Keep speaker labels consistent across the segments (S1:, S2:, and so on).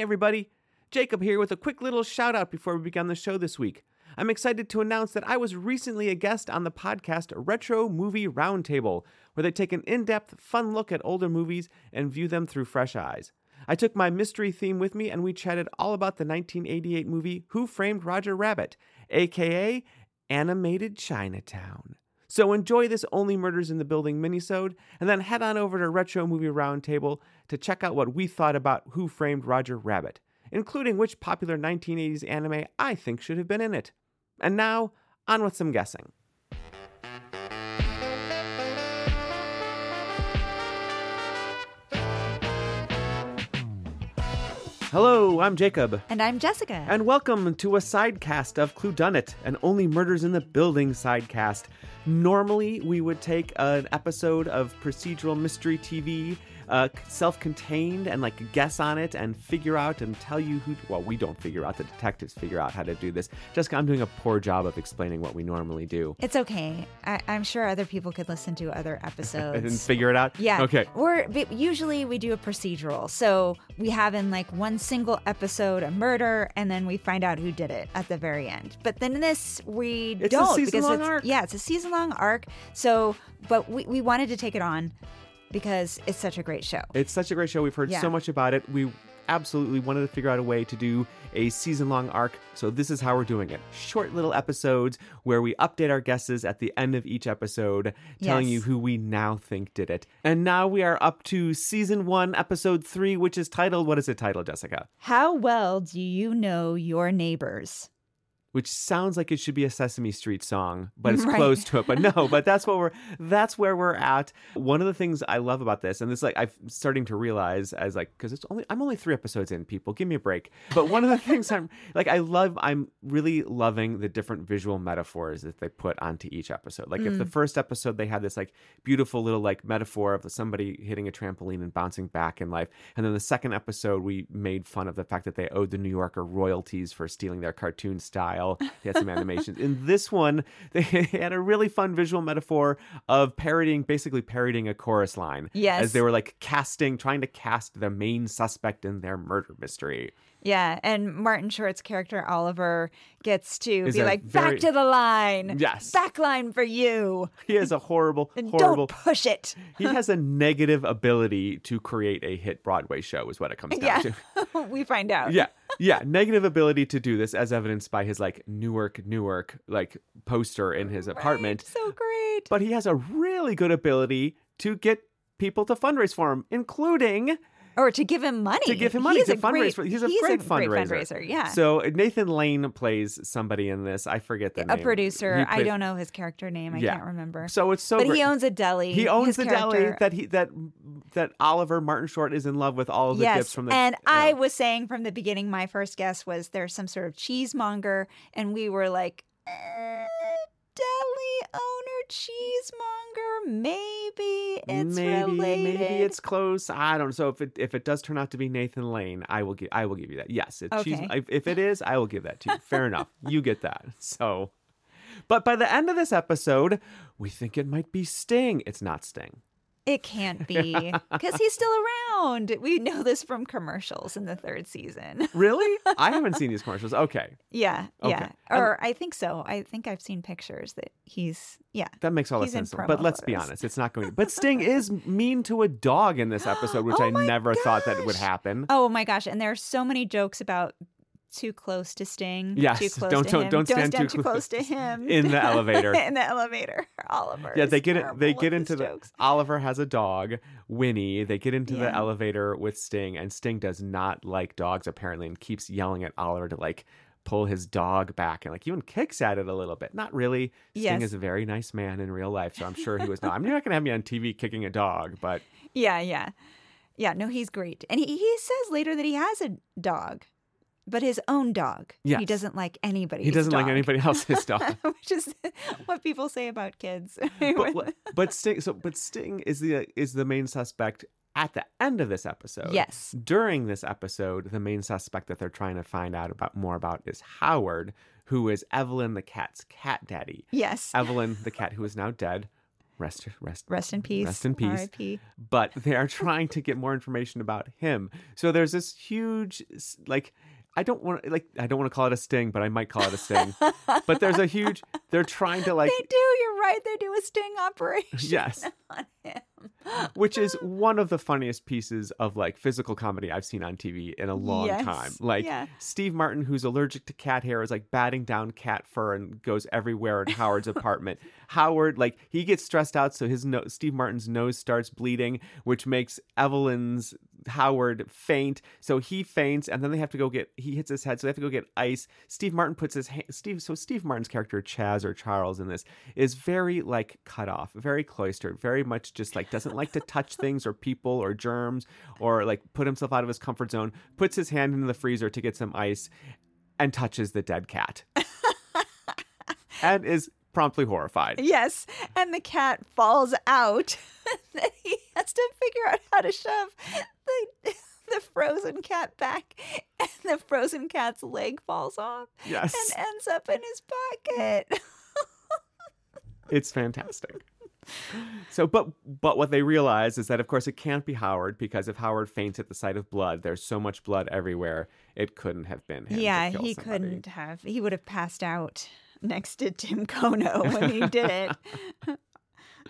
S1: everybody. Jacob here with a quick little shout out before we begin the show this week. I'm excited to announce that I was recently a guest on the podcast Retro Movie Roundtable, where they take an in depth, fun look at older movies and view them through fresh eyes. I took my mystery theme with me and we chatted all about the 1988 movie Who Framed Roger Rabbit, aka Animated Chinatown. So enjoy this Only Murders in the Building minisode, and then head on over to Retro Movie Roundtable to check out what we thought about Who Framed Roger Rabbit, including which popular 1980s anime I think should have been in it. And now, on with some guessing. Hello, I'm Jacob.
S2: And I'm Jessica.
S1: And welcome to a sidecast of Clue Done It, an Only Murders in the Building sidecast. Normally, we would take an episode of procedural mystery TV, uh, self contained, and like guess on it and figure out and tell you who. Well, we don't figure out, the detectives figure out how to do this. Jessica, I'm doing a poor job of explaining what we normally do.
S2: it's okay. I, I'm sure other people could listen to other
S1: And
S2: episodes.
S1: figure it out?
S2: Yeah.
S1: Okay.
S2: We're but usually we do a procedural, so we have in like one single episode a murder, and then we find out who did it at the very end. But then in this we
S1: It's a
S2: don't because
S1: season-long
S2: it's
S1: arc.
S2: yeah, it's a season long arc. So, but we we wanted to take it on because it's such a great show.
S1: It's such a great show. We've heard
S2: Yeah.
S1: so much about it. We absolutely wanted to figure out a way to do a season long arc. So this is how we're doing it short little episodes where we update our guesses at the end of each episode, telling
S2: Yes.
S1: you who we now think did it. And now we are up to season one, episode three, which is titled What is it titled, Jessica?
S2: How well do you know your neighbors?
S1: Which sounds like it should be a Sesame Street song, but it's
S2: Right.
S1: close to it. But no, but that's what we're that's where we're at. One of the things I love about this, and this like I'm starting to realize as like because it's only I'm only three episodes in, people. Give me a break. But one of the things I'm like I love I'm really loving the different visual metaphors that they put onto each episode. Like if the first episode they had this like beautiful little like metaphor of somebody hitting a trampoline and bouncing back in life. And then the second episode we made fun of the fact that they owed the New Yorker royalties for stealing their cartoon style. They had some animations. In this one, they had a really fun visual metaphor of parodying basically parodying a chorus line.
S2: Yes.
S1: As they were like casting, trying to cast the main suspect in their murder mystery.
S2: Yeah, and Martin Short's character Oliver gets to
S1: Is
S2: be
S1: a
S2: like,
S1: very-
S2: "Back to the line,
S1: Yes.
S2: back line for you,
S1: He has a horrible,
S2: and
S1: horrible
S2: don't push it."
S1: he has a negative ability to create a hit Broadway show, is what it comes down
S2: Yeah,
S1: to.
S2: we find out.
S1: Yeah. Yeah. Negative ability to do this, as evidenced by his like Newark, Newark, like poster in his apartment.
S2: so great.
S1: But he has a really good ability to get people to fundraise for him, including
S2: Or to give him money.
S1: to give him money
S2: He's
S1: to
S2: a great-
S1: fundraise. for- he's a great fundraiser.
S2: Yeah,
S1: So Nathan Lane plays somebody in this. I forget the
S2: a
S1: name. He
S2: producer. I
S1: plays-
S2: don't know his character name. I
S1: Yeah.
S2: can't remember.
S1: So it's so.
S2: but
S1: great.
S2: he owns a deli.
S1: He owns
S2: His
S1: the deli
S2: character-
S1: that he that that Oliver Martin Short is in love with all of the
S2: yes,
S1: dips from the
S2: and I
S1: Yeah.
S2: was saying from the beginning, my first guess was there's some sort of cheesemonger, and we were like, eh, deli owner cheesemonger, maybe it's
S1: maybe
S2: related.
S1: maybe it's close. I don't know. So if it if it does turn out to be Nathan Lane, I will give I will give you that. Yes, it, she's-
S2: Okay.
S1: if, if it is, I will give that to you. Fair enough. You get that. So, but by the end of this episode, we think it might be Sting. It's not Sting.
S2: It can't be because he's still around. We know this from commercials in the third season.
S1: Really? I haven't seen these commercials. Okay,
S2: Yeah,
S1: Okay. Um,
S2: yeah. Or I think so. I think I've seen pictures that he's yeah.
S1: that makes all the
S2: He's in
S1: sense. But
S2: promo
S1: let's be
S2: photos.
S1: honest, it's not going. to. But Sting is mean to a dog in this episode, which
S2: Oh
S1: I
S2: my
S1: never thought that would
S2: gosh.
S1: happen.
S2: Oh my gosh! And there are so many jokes about too close to Sting.
S1: Yes,
S2: too close
S1: don't-
S2: to
S1: don't-
S2: him.
S1: don't stand too
S2: too, close to him
S1: in the elevator.
S2: in the elevator, Oliver.
S1: Yeah,
S2: is
S1: they get it.
S2: terrible
S1: They
S2: with
S1: get
S2: his
S1: into the
S2: jokes.
S1: Oliver has a dog, Winnie. They get into the
S2: Yeah.
S1: elevator with Sting, and Sting does not like dogs apparently, and keeps yelling at Oliver to like pull his dog back, and like even kicks at it a little bit. Not really. Sting
S2: Yes.
S1: is a very nice man in real life, so I'm sure he was not. I'm not gonna have me on TV kicking a dog, but
S2: Yeah, yeah, yeah. No, he's great, and he, he says later that he has a dog, but his own dog.
S1: Yes.
S2: he doesn't like anybody.
S1: he doesn't like anybody else's dog.
S2: Which is what people say about kids.
S1: but, li- but Sting, so but Sting is the is the main suspect at the end of this episode.
S2: Yes.
S1: During this episode, the main suspect that they're trying to find out about more about is Howard, who is Evelyn the cat's cat daddy.
S2: yes.
S1: Evelyn the cat who is now dead. Rest, rest.
S2: Rest in peace.
S1: Rest in peace.
S2: R.I.P.
S1: But they are trying to get more information about him. So there's this huge, s- like, I don't want to, like, I don't want to call it a sting, but I might call it a sting. but there's a huge, they're trying to, like,
S2: they do. You're right. They do a sting operation
S1: yes,
S2: on him.
S1: which is one of the funniest pieces of, like, physical comedy I've seen on TV in a long
S2: Yes.
S1: time. Like,
S2: yeah.
S1: Steve Martin, who's allergic to cat hair, is like batting down cat fur and goes everywhere in Howard's apartment. Howard, like, he gets stressed out, so his no- Steve Martin's nose starts bleeding, which makes Evelyn's Howard faint. So he faints, and then they have to go get. He hits his head, so they have to go get ice. Steve Martin puts his hand. Steve, so Steve Martin's character Chaz or Charles in this is very like cut off, very cloistered, very much just like doesn't like to touch things or people or germs or like put himself out of his comfort zone. Puts his hand into the freezer to get some ice, and touches the dead cat, and is promptly horrified.
S2: Yes. And the cat falls out. then he has to figure out how to shove the, the frozen cat back. And the frozen cat's leg falls off
S1: Yes,
S2: and ends up in his pocket.
S1: It's fantastic. So, but but what they realize is that, of course, it can't be Howard because if Howard faints at the sight of blood, there's so much blood everywhere. It couldn't have been him. to
S2: yeah,
S1: kill
S2: he
S1: somebody.
S2: couldn't have. He would have passed out next to Tim Kono when he did it.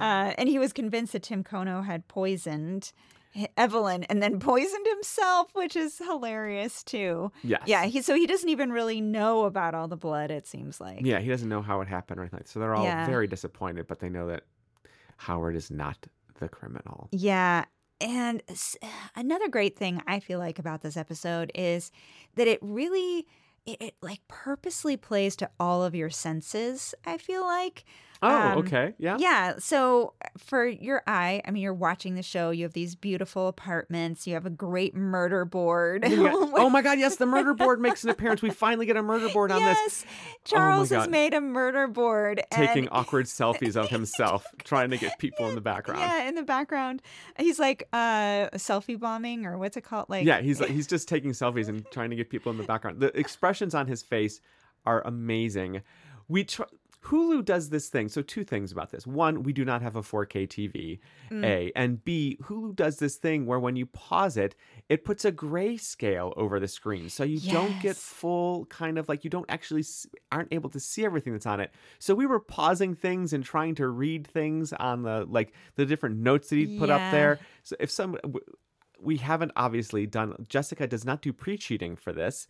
S2: Uh, and he was convinced that Tim Kono had poisoned H- Evelyn and then poisoned himself, which is hilarious too.
S1: Yes.
S2: Yeah, he so he doesn't even really know about all the blood. It seems like.
S1: Yeah, he doesn't know how it happened or anything. like that. So they're all
S2: Yeah.
S1: very disappointed, but they know that Howard is not the criminal.
S2: Yeah. And s- another great thing I feel like about this episode is that it really it, it like purposely plays to all of your senses. I feel like
S1: Oh,
S2: Um,
S1: okay. Yeah.
S2: Yeah. So for your eye, I mean, you're watching the show. You have these beautiful apartments. You have a great murder board.
S1: And you got- oh my God! Yes, the murder board makes an appearance. We finally get a murder board Oh, on this,
S2: yes. Charles has
S1: God.
S2: made a murder board.
S1: taking
S2: and,
S1: awkward selfies of himself, trying to get people in the background.
S2: Yeah, in the background, he's like uh, selfie bombing or what's it called? Like eh.
S1: yeah, he's like he's just taking selfies and trying to get people in the background. The expressions on his face are amazing. We tr- Hulu does this thing. So two things about this: one, we do not have a 4K TV.
S2: Mm.
S1: A and B, Hulu does this thing where when you pause it, it puts a grayscale over the screen, so you don't get
S2: Yes.
S1: full kind of like you don't actually s- aren't able to see everything that's on it. So we were pausing things and trying to read things on the like the different notes that he put up
S2: Yeah.
S1: there. So if some w- we haven't obviously done Jessica does not do pre-cheating for this.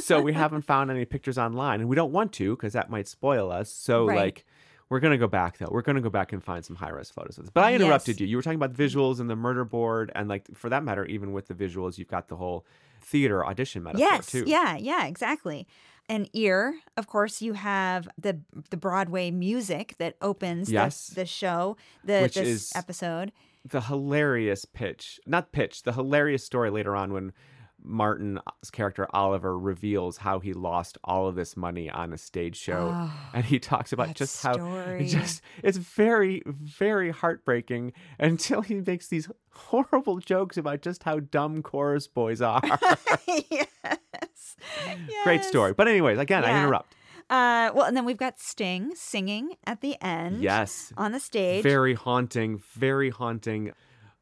S1: so we haven't found any pictures online and we don't want to cuz that might spoil us. So
S2: Right.
S1: like we're going to go back though. We're going to go back and find some high-res photos of this. But I
S2: Yes.
S1: interrupted you. You were talking about visuals and the murder board and like for that matter even with the visuals you've got the whole theater audition metaphor
S2: yes,
S1: too.
S2: yeah, yeah, exactly. An ear, of course, you have the the Broadway music that opens the-
S1: Yes.
S2: the, show, the
S1: Which
S2: this
S1: is-
S2: episode.
S1: the hilarious pitch, not pitch, the hilarious story later on when Martin's character Oliver reveals how he lost all of this money on a stage show.
S2: Oh,
S1: and he talks about
S2: that
S1: just how
S2: story.
S1: it just it's very very heartbreaking until he makes these horrible jokes about just how dumb chorus boys are.
S2: yes.
S1: Great
S2: Yes.
S1: story. But anyways, again, I
S2: Yeah.
S1: interrupt.
S2: Uh, well, and then we've got Sting singing at the end.
S1: Yes.
S2: On the stage.
S1: Very haunting, very haunting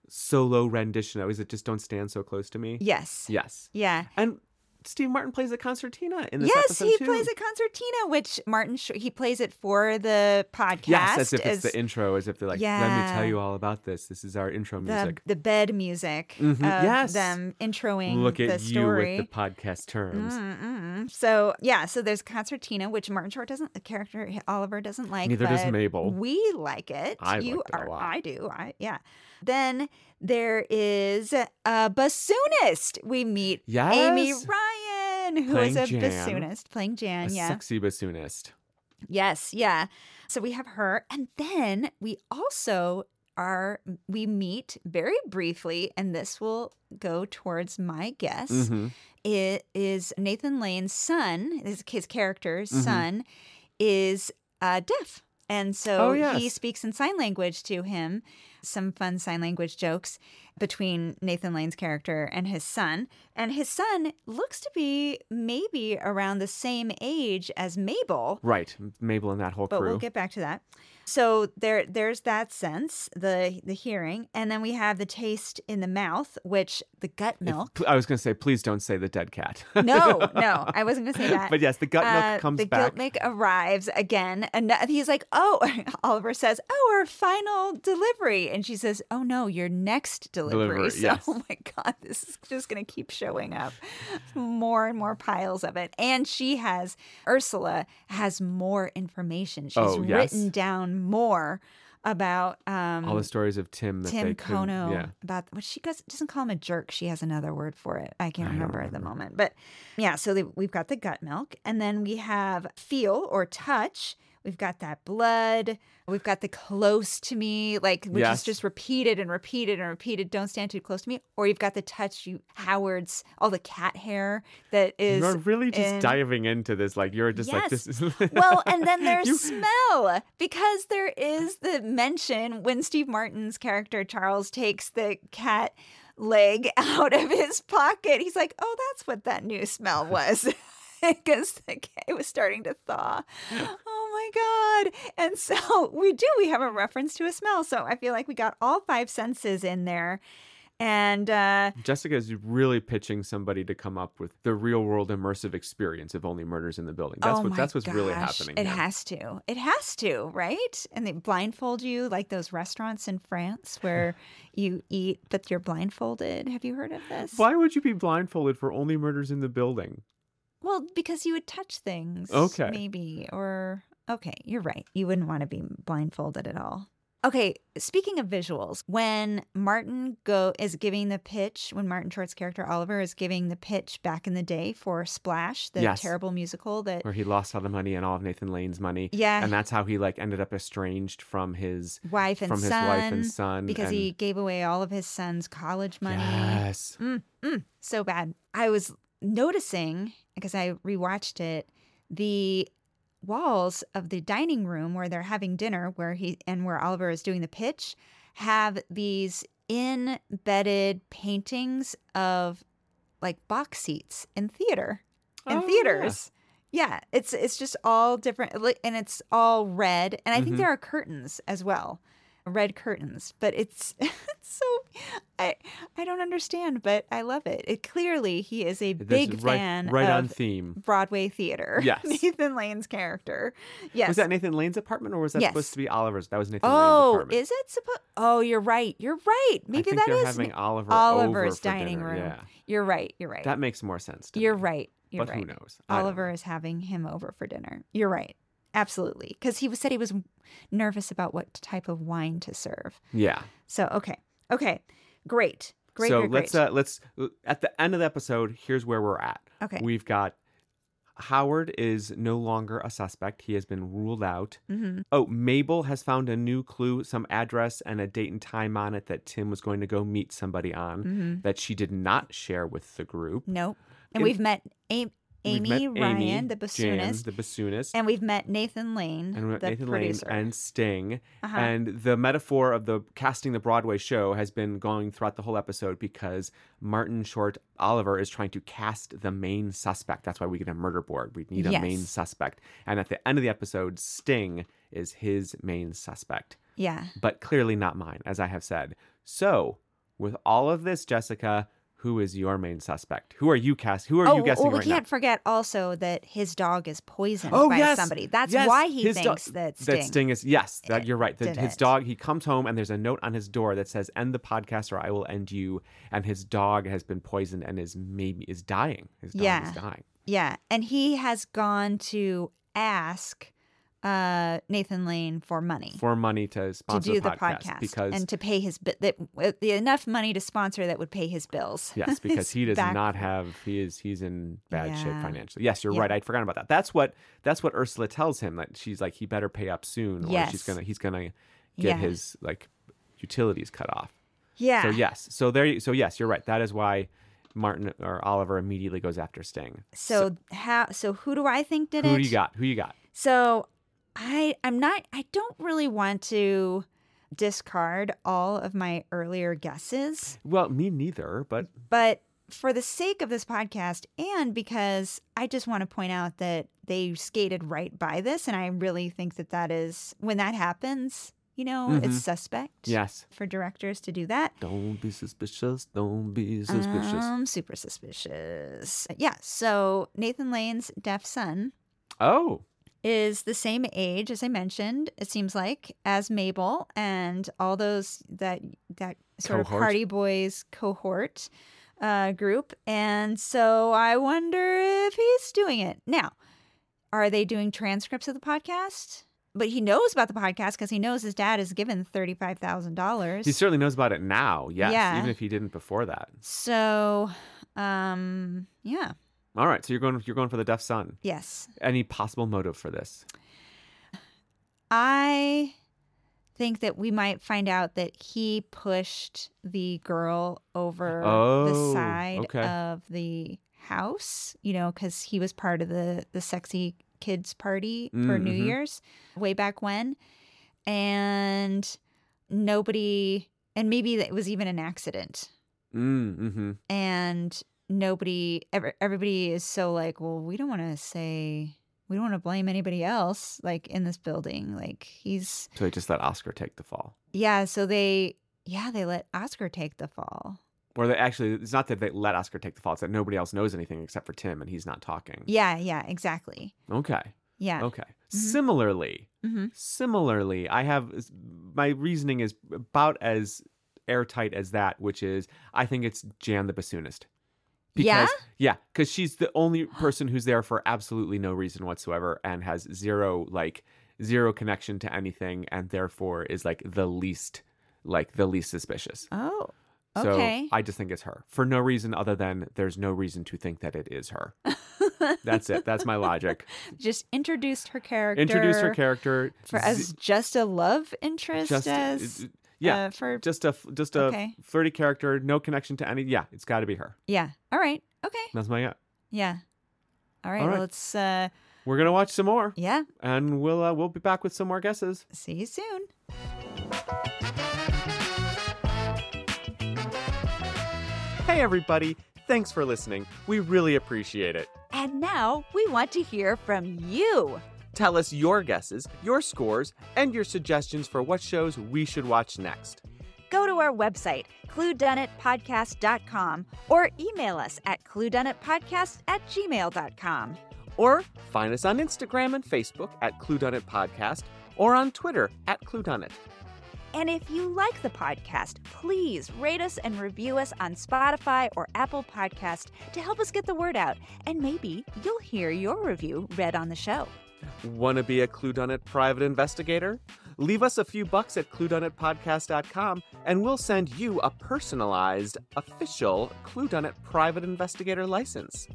S1: solo rendition. Oh, is it just don't stand so close to me?
S2: yes.
S1: Yes.
S2: Yeah.
S1: And Steve Martin plays a concertina in this
S2: Yes,
S1: episode
S2: he
S1: too.
S2: plays a concertina, which Martin Sh- he plays it for the podcast.
S1: Yes, as if it's
S2: as
S1: the intro, as if they're like, let me
S2: Yeah.
S1: tell you all about this. This is our intro
S2: the,
S1: music.
S2: the bed music
S1: Mhm.
S2: of
S1: Yes.
S2: them introing
S1: Look
S2: the
S1: at you
S2: story. Mm,
S1: with the podcast terms.
S2: Mm-mm. So yeah, so there's concertina, which Martin Short doesn't. The character Oliver doesn't like.
S1: Neither does
S2: but
S1: Mabel.
S2: We like it.
S1: I
S2: you
S1: liked it a
S2: are.
S1: lot.
S2: I do. I yeah. Then there is a bassoonist. We meet
S1: Yes.
S2: Amy Ryan, who is
S1: Playing
S2: a
S1: Jan.
S2: bassoonist playing Jan.
S1: A
S2: yeah.
S1: sexy bassoonist.
S2: Yes, yeah. So we have her, and then we also are we meet very briefly, and this will go towards my guess.
S1: Mhm.
S2: It is Nathan Lane's son, his, his character's
S1: Mhm.
S2: son, is uh, deaf. And so
S1: Oh,
S2: he
S1: yes.
S2: speaks in sign language to him. Some fun sign language jokes between Nathan Lane's character and his son. And his son looks to be maybe around the same age as Mabel,
S1: Right. Mabel and that whole
S2: but
S1: crew.
S2: we'll get back to that. So there there's that sense, the the hearing, and then we have the taste in the mouth, which the gut milk.
S1: P- I was going to say, please don't say the dead cat.
S2: No, no, I wasn't gonna say that.
S1: But yes, the gut milk
S2: Uh,
S1: comes
S2: the
S1: back.
S2: guilt make arrives again, and he's like, "Oh." Oliver says, "Oh, our final delivery," and she says, "Oh no, your next delivery."
S1: Delivery,
S2: so,
S1: yes.
S2: oh my god, this is just gonna keep showing up, more and more piles of it. And she has Ursula has more information. She's
S1: Oh, yes.
S2: written down more about um,
S1: All the stories of Tim that
S2: Tim
S1: they couldn't-
S2: Kono
S1: Yeah.
S2: about what she goes, doesn't call him a jerk. She has another word for it. I can't
S1: I don't
S2: remember, at the moment. But yeah, so they, we've got the gut milk, and then we have feel or touch. We've got that blood. We've got the close to me, like which
S1: Yes.
S2: is just repeated and repeated and repeated. Don't stand too close to me. Or you've got the touch. You Howard's all the cat hair that is.
S1: You're really just
S2: in-
S1: diving into this. Like, you're just like,
S2: Yes.
S1: this is.
S2: well, and then there's
S1: You-
S2: smell because there is the mention when Steve Martin's character Charles takes the cat leg out of his pocket. He's like, "Oh, that's what that new smell was." Because the cat- it was starting to thaw. Oh my God. And so we do, we have a reference to a smell. So I feel like we got all five senses in there. And uh,
S1: Jessica is really pitching somebody to come up with the real world immersive experience of only murders in the building. That's
S2: oh
S1: what
S2: my
S1: that's what's really
S2: gosh,
S1: happening.
S2: It
S1: here.
S2: has to. It has to, right? And they blindfold you like those restaurants in France where you eat but you're blindfolded. Have you heard of this?
S1: Why would you be blindfolded for only murders in the building?
S2: Well, because you would touch things.
S1: Okay.
S2: Maybe or okay, you're right. You wouldn't want to be blindfolded at all. Okay, speaking of visuals, when Martin go is giving the pitch, when Martin Short's character Oliver is giving the pitch back in the day for Splash, the
S1: Yes.
S2: terrible musical that
S1: Where he lost all the money and all of Nathan Lane's money.
S2: yeah,
S1: And that's how he like ended up estranged from his
S2: wife and
S1: from his
S2: son.
S1: wife and son.
S2: because
S1: and-
S2: he gave away all of his son's college money.
S1: Yes.
S2: Mm, mm, so bad. I was noticing because I rewatched it the walls of the dining room where they're having dinner where he and where Oliver is doing the pitch have these embedded paintings of like box seats in theater in
S1: Oh, yeah.
S2: theaters. Yeah, it's it's just all different li- and it's all red and I think
S1: Mhm.
S2: there are curtains as well. Red curtains, but it's, it's so I I don't understand, but I love it. It clearly he is a
S1: This
S2: big
S1: is right,
S2: fan
S1: right on
S2: of
S1: theme.
S2: Broadway theater.
S1: Yes.
S2: Nathan Lane's character. Yes.
S1: Was that Nathan Lane's apartment or was that
S2: Yes.
S1: supposed to be Oliver's? That was Nathan Lane's
S2: oh,
S1: apartment.
S2: is it supposed Oh, you're right. You're right.
S1: I
S2: Maybe
S1: think
S2: that
S1: they're
S2: is
S1: having
S2: Na-
S1: Oliver
S2: Oliver's
S1: over for
S2: dining
S1: dinner.
S2: room.
S1: Yeah.
S2: You're right. You're right.
S1: That makes more sense to
S2: you're
S1: me.
S2: right. You're
S1: but
S2: right.
S1: who knows? I don't
S2: Oliver
S1: know.
S2: is having him over for dinner. You're right. Absolutely. Because he was- said he was nervous about what type of wine to serve.
S1: Yeah.
S2: So, okay. Okay. Great. Great.
S1: so
S2: great,
S1: let's
S2: great.
S1: uh let's at the end of the episode, here's where we're at.
S2: okay.
S1: We've got Howard is no longer a suspect. He has been ruled out.
S2: hmm
S1: Oh, Mabel has found a new clue, some address and a date and time on it that Tim was going to go meet somebody on
S2: hmm
S1: that she did not share with the group.
S2: Nope. And
S1: In-
S2: we've met Amy,
S1: We've
S2: Amy
S1: met
S2: Ryan,
S1: Amy,
S2: the
S1: Jan,
S2: bassoonist,
S1: the bassoonist,
S2: and we've met Nathan Lane,
S1: and we met
S2: the
S1: Nathan
S2: producer.
S1: Lane and Sting.
S2: uh-huh.
S1: And the metaphor of the casting the Broadway show has been going throughout the whole episode because Martin Short Oliver is trying to cast the main suspect. That's why we get a murder board. We need a main
S2: Yes.
S1: suspect. And at the end of the episode, Sting is his main suspect,
S2: yeah.
S1: but clearly not mine, as I have said. So, with all of this, Jessica, who is your main suspect? Who are you cast? Who are
S2: oh,
S1: you guessing
S2: well, we
S1: right
S2: can't
S1: now?
S2: forget also that his dog is poisoned
S1: Oh,
S2: by
S1: yes.
S2: somebody. That's
S1: Yes.
S2: why he
S1: His do-
S2: thinks that Sting.
S1: That Sting is yes. That you're right. That
S2: did
S1: his
S2: it.
S1: dog. He comes home and there's a note on his door that says, "End the podcast or I will end you." And his dog has been poisoned and is maybe is dying. His dog
S2: Yeah.
S1: is dying.
S2: Yeah, and he has gone to ask uh, Nathan Lane for money
S1: For money to
S2: to
S1: sponsor
S2: do
S1: the,
S2: the
S1: podcast,
S2: podcast
S1: because
S2: and to pay his bi- that uh, enough money to sponsor that would pay his bills.
S1: yes, because
S2: He's
S1: he does
S2: back-
S1: not have he is he's in bad shape
S2: Yeah.
S1: financially. Yes, you're
S2: Yeah.
S1: right. I'd forgotten about that. That's what that's what Ursula tells him that she's like he better pay up soon or she's
S2: Yes.
S1: gonna he's gonna get
S2: Yeah. Ah.
S1: his like utilities cut off.
S2: Yeah.
S1: So yes, so there. you- So yes, you're right. That is why Martin or Oliver immediately goes after Sting.
S2: So, how? So who do I think did
S1: who
S2: it?
S1: do you got? Who you got?
S2: So I I'm not I don't really want to discard all of my earlier guesses,
S1: Well, me neither. But
S2: but for the sake of this podcast and because I just want to point out that they skated right by this. And I really think that that is when that happens, you know, it's suspect
S1: Yes.
S2: for directors to do that.
S1: Don't be suspicious. Don't be suspicious.
S2: Um, super suspicious. Yeah. So Nathan Lane's deaf son
S1: oh,
S2: is the same age as I mentioned. It seems like as Mabel and all those that that sort
S1: Cohort.
S2: of party boys cohort uh, group. And so I wonder if he's doing it now. Are they doing transcripts of the podcast? But he knows about the podcast because he knows his dad is given thirty five thousand dollars.
S1: he certainly knows about it now. Yes.
S2: Yeah.
S1: Even if he didn't before that.
S2: So, um, yeah,
S1: All right. So you're going. You're going for the deaf son.
S2: yes,
S1: Any possible motive for this?
S2: I think that we might find out that he pushed the girl over
S1: Oh,
S2: the side
S1: okay.
S2: of the house, you know, because he was part of the the sexy kids party for New
S1: Mhm.
S2: Year's way back when, and nobody, and maybe it was even an accident.
S1: Mm, mm-hmm.
S2: and nobody ever everybody is so like well we don't want to say we don't want to blame anybody else like in this building like he's
S1: So they just let Oscar take the fall.
S2: yeah so they yeah they let oscar take the fall
S1: Or they actually, it's not that they let Oscar take the fall. It's that nobody else knows anything except for Tim, and he's not talking.
S2: yeah yeah exactly
S1: Okay.
S2: yeah
S1: Okay. Similarly,
S2: hmm
S1: similarly, I have my reasoning is about as airtight as that, which is I think it's Jan the bassoonist.
S2: Yeah?
S1: yeah, because she's the only person who's there for absolutely no reason whatsoever and has zero like zero connection to anything, and therefore is like the least like the least suspicious.
S2: oh
S1: So
S2: okay
S1: I just think it's her for no reason other than there's no reason to think that it is her. That's it. That's my logic.
S2: just introduced her character
S1: Introduce her character
S2: for
S1: z-
S2: as just a love interest
S1: just
S2: as
S1: uh, yeah,
S2: uh, for
S1: just a just a
S2: Okay.
S1: flirty character, no connection to any. Yeah, it's got to be her.
S2: yeah all right okay
S1: That's my uh, yeah.
S2: yeah all right,
S1: All right.
S2: well let's uh
S1: We're gonna watch some more,
S2: yeah
S1: and we'll uh, we'll be back with some more guesses.
S2: see you soon
S1: Hey everybody, thanks for listening. We really appreciate it.
S3: And now we want to hear from you.
S1: Tell us your guesses, your scores, and your suggestions for what shows we should watch next.
S3: Go to our website, cluedunnitpodcast.com, or email us at cluedunnitpodcast at gmail.com.
S1: Or find us on Instagram and Facebook at Cluedonit Podcast, or on Twitter at Cluedonit.
S3: And if you like the podcast, please rate us and review us on Spotify or Apple Podcast to help us get the word out. And maybe you'll hear your review read on the show.
S1: Want to be a Cluedonit private investigator? Leave us a few bucks at cluedonitpodcast.com and we'll send you a personalized, official Cluedonit private investigator license.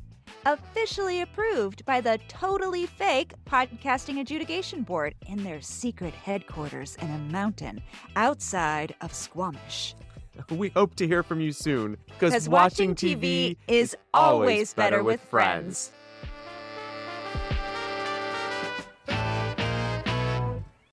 S3: Officially approved by the totally fake Podcasting Adjudication Board in their secret headquarters in a mountain outside of Squamish.
S1: We hope to hear from you soon because
S3: Because
S1: watching TV
S3: is
S1: always better with friends.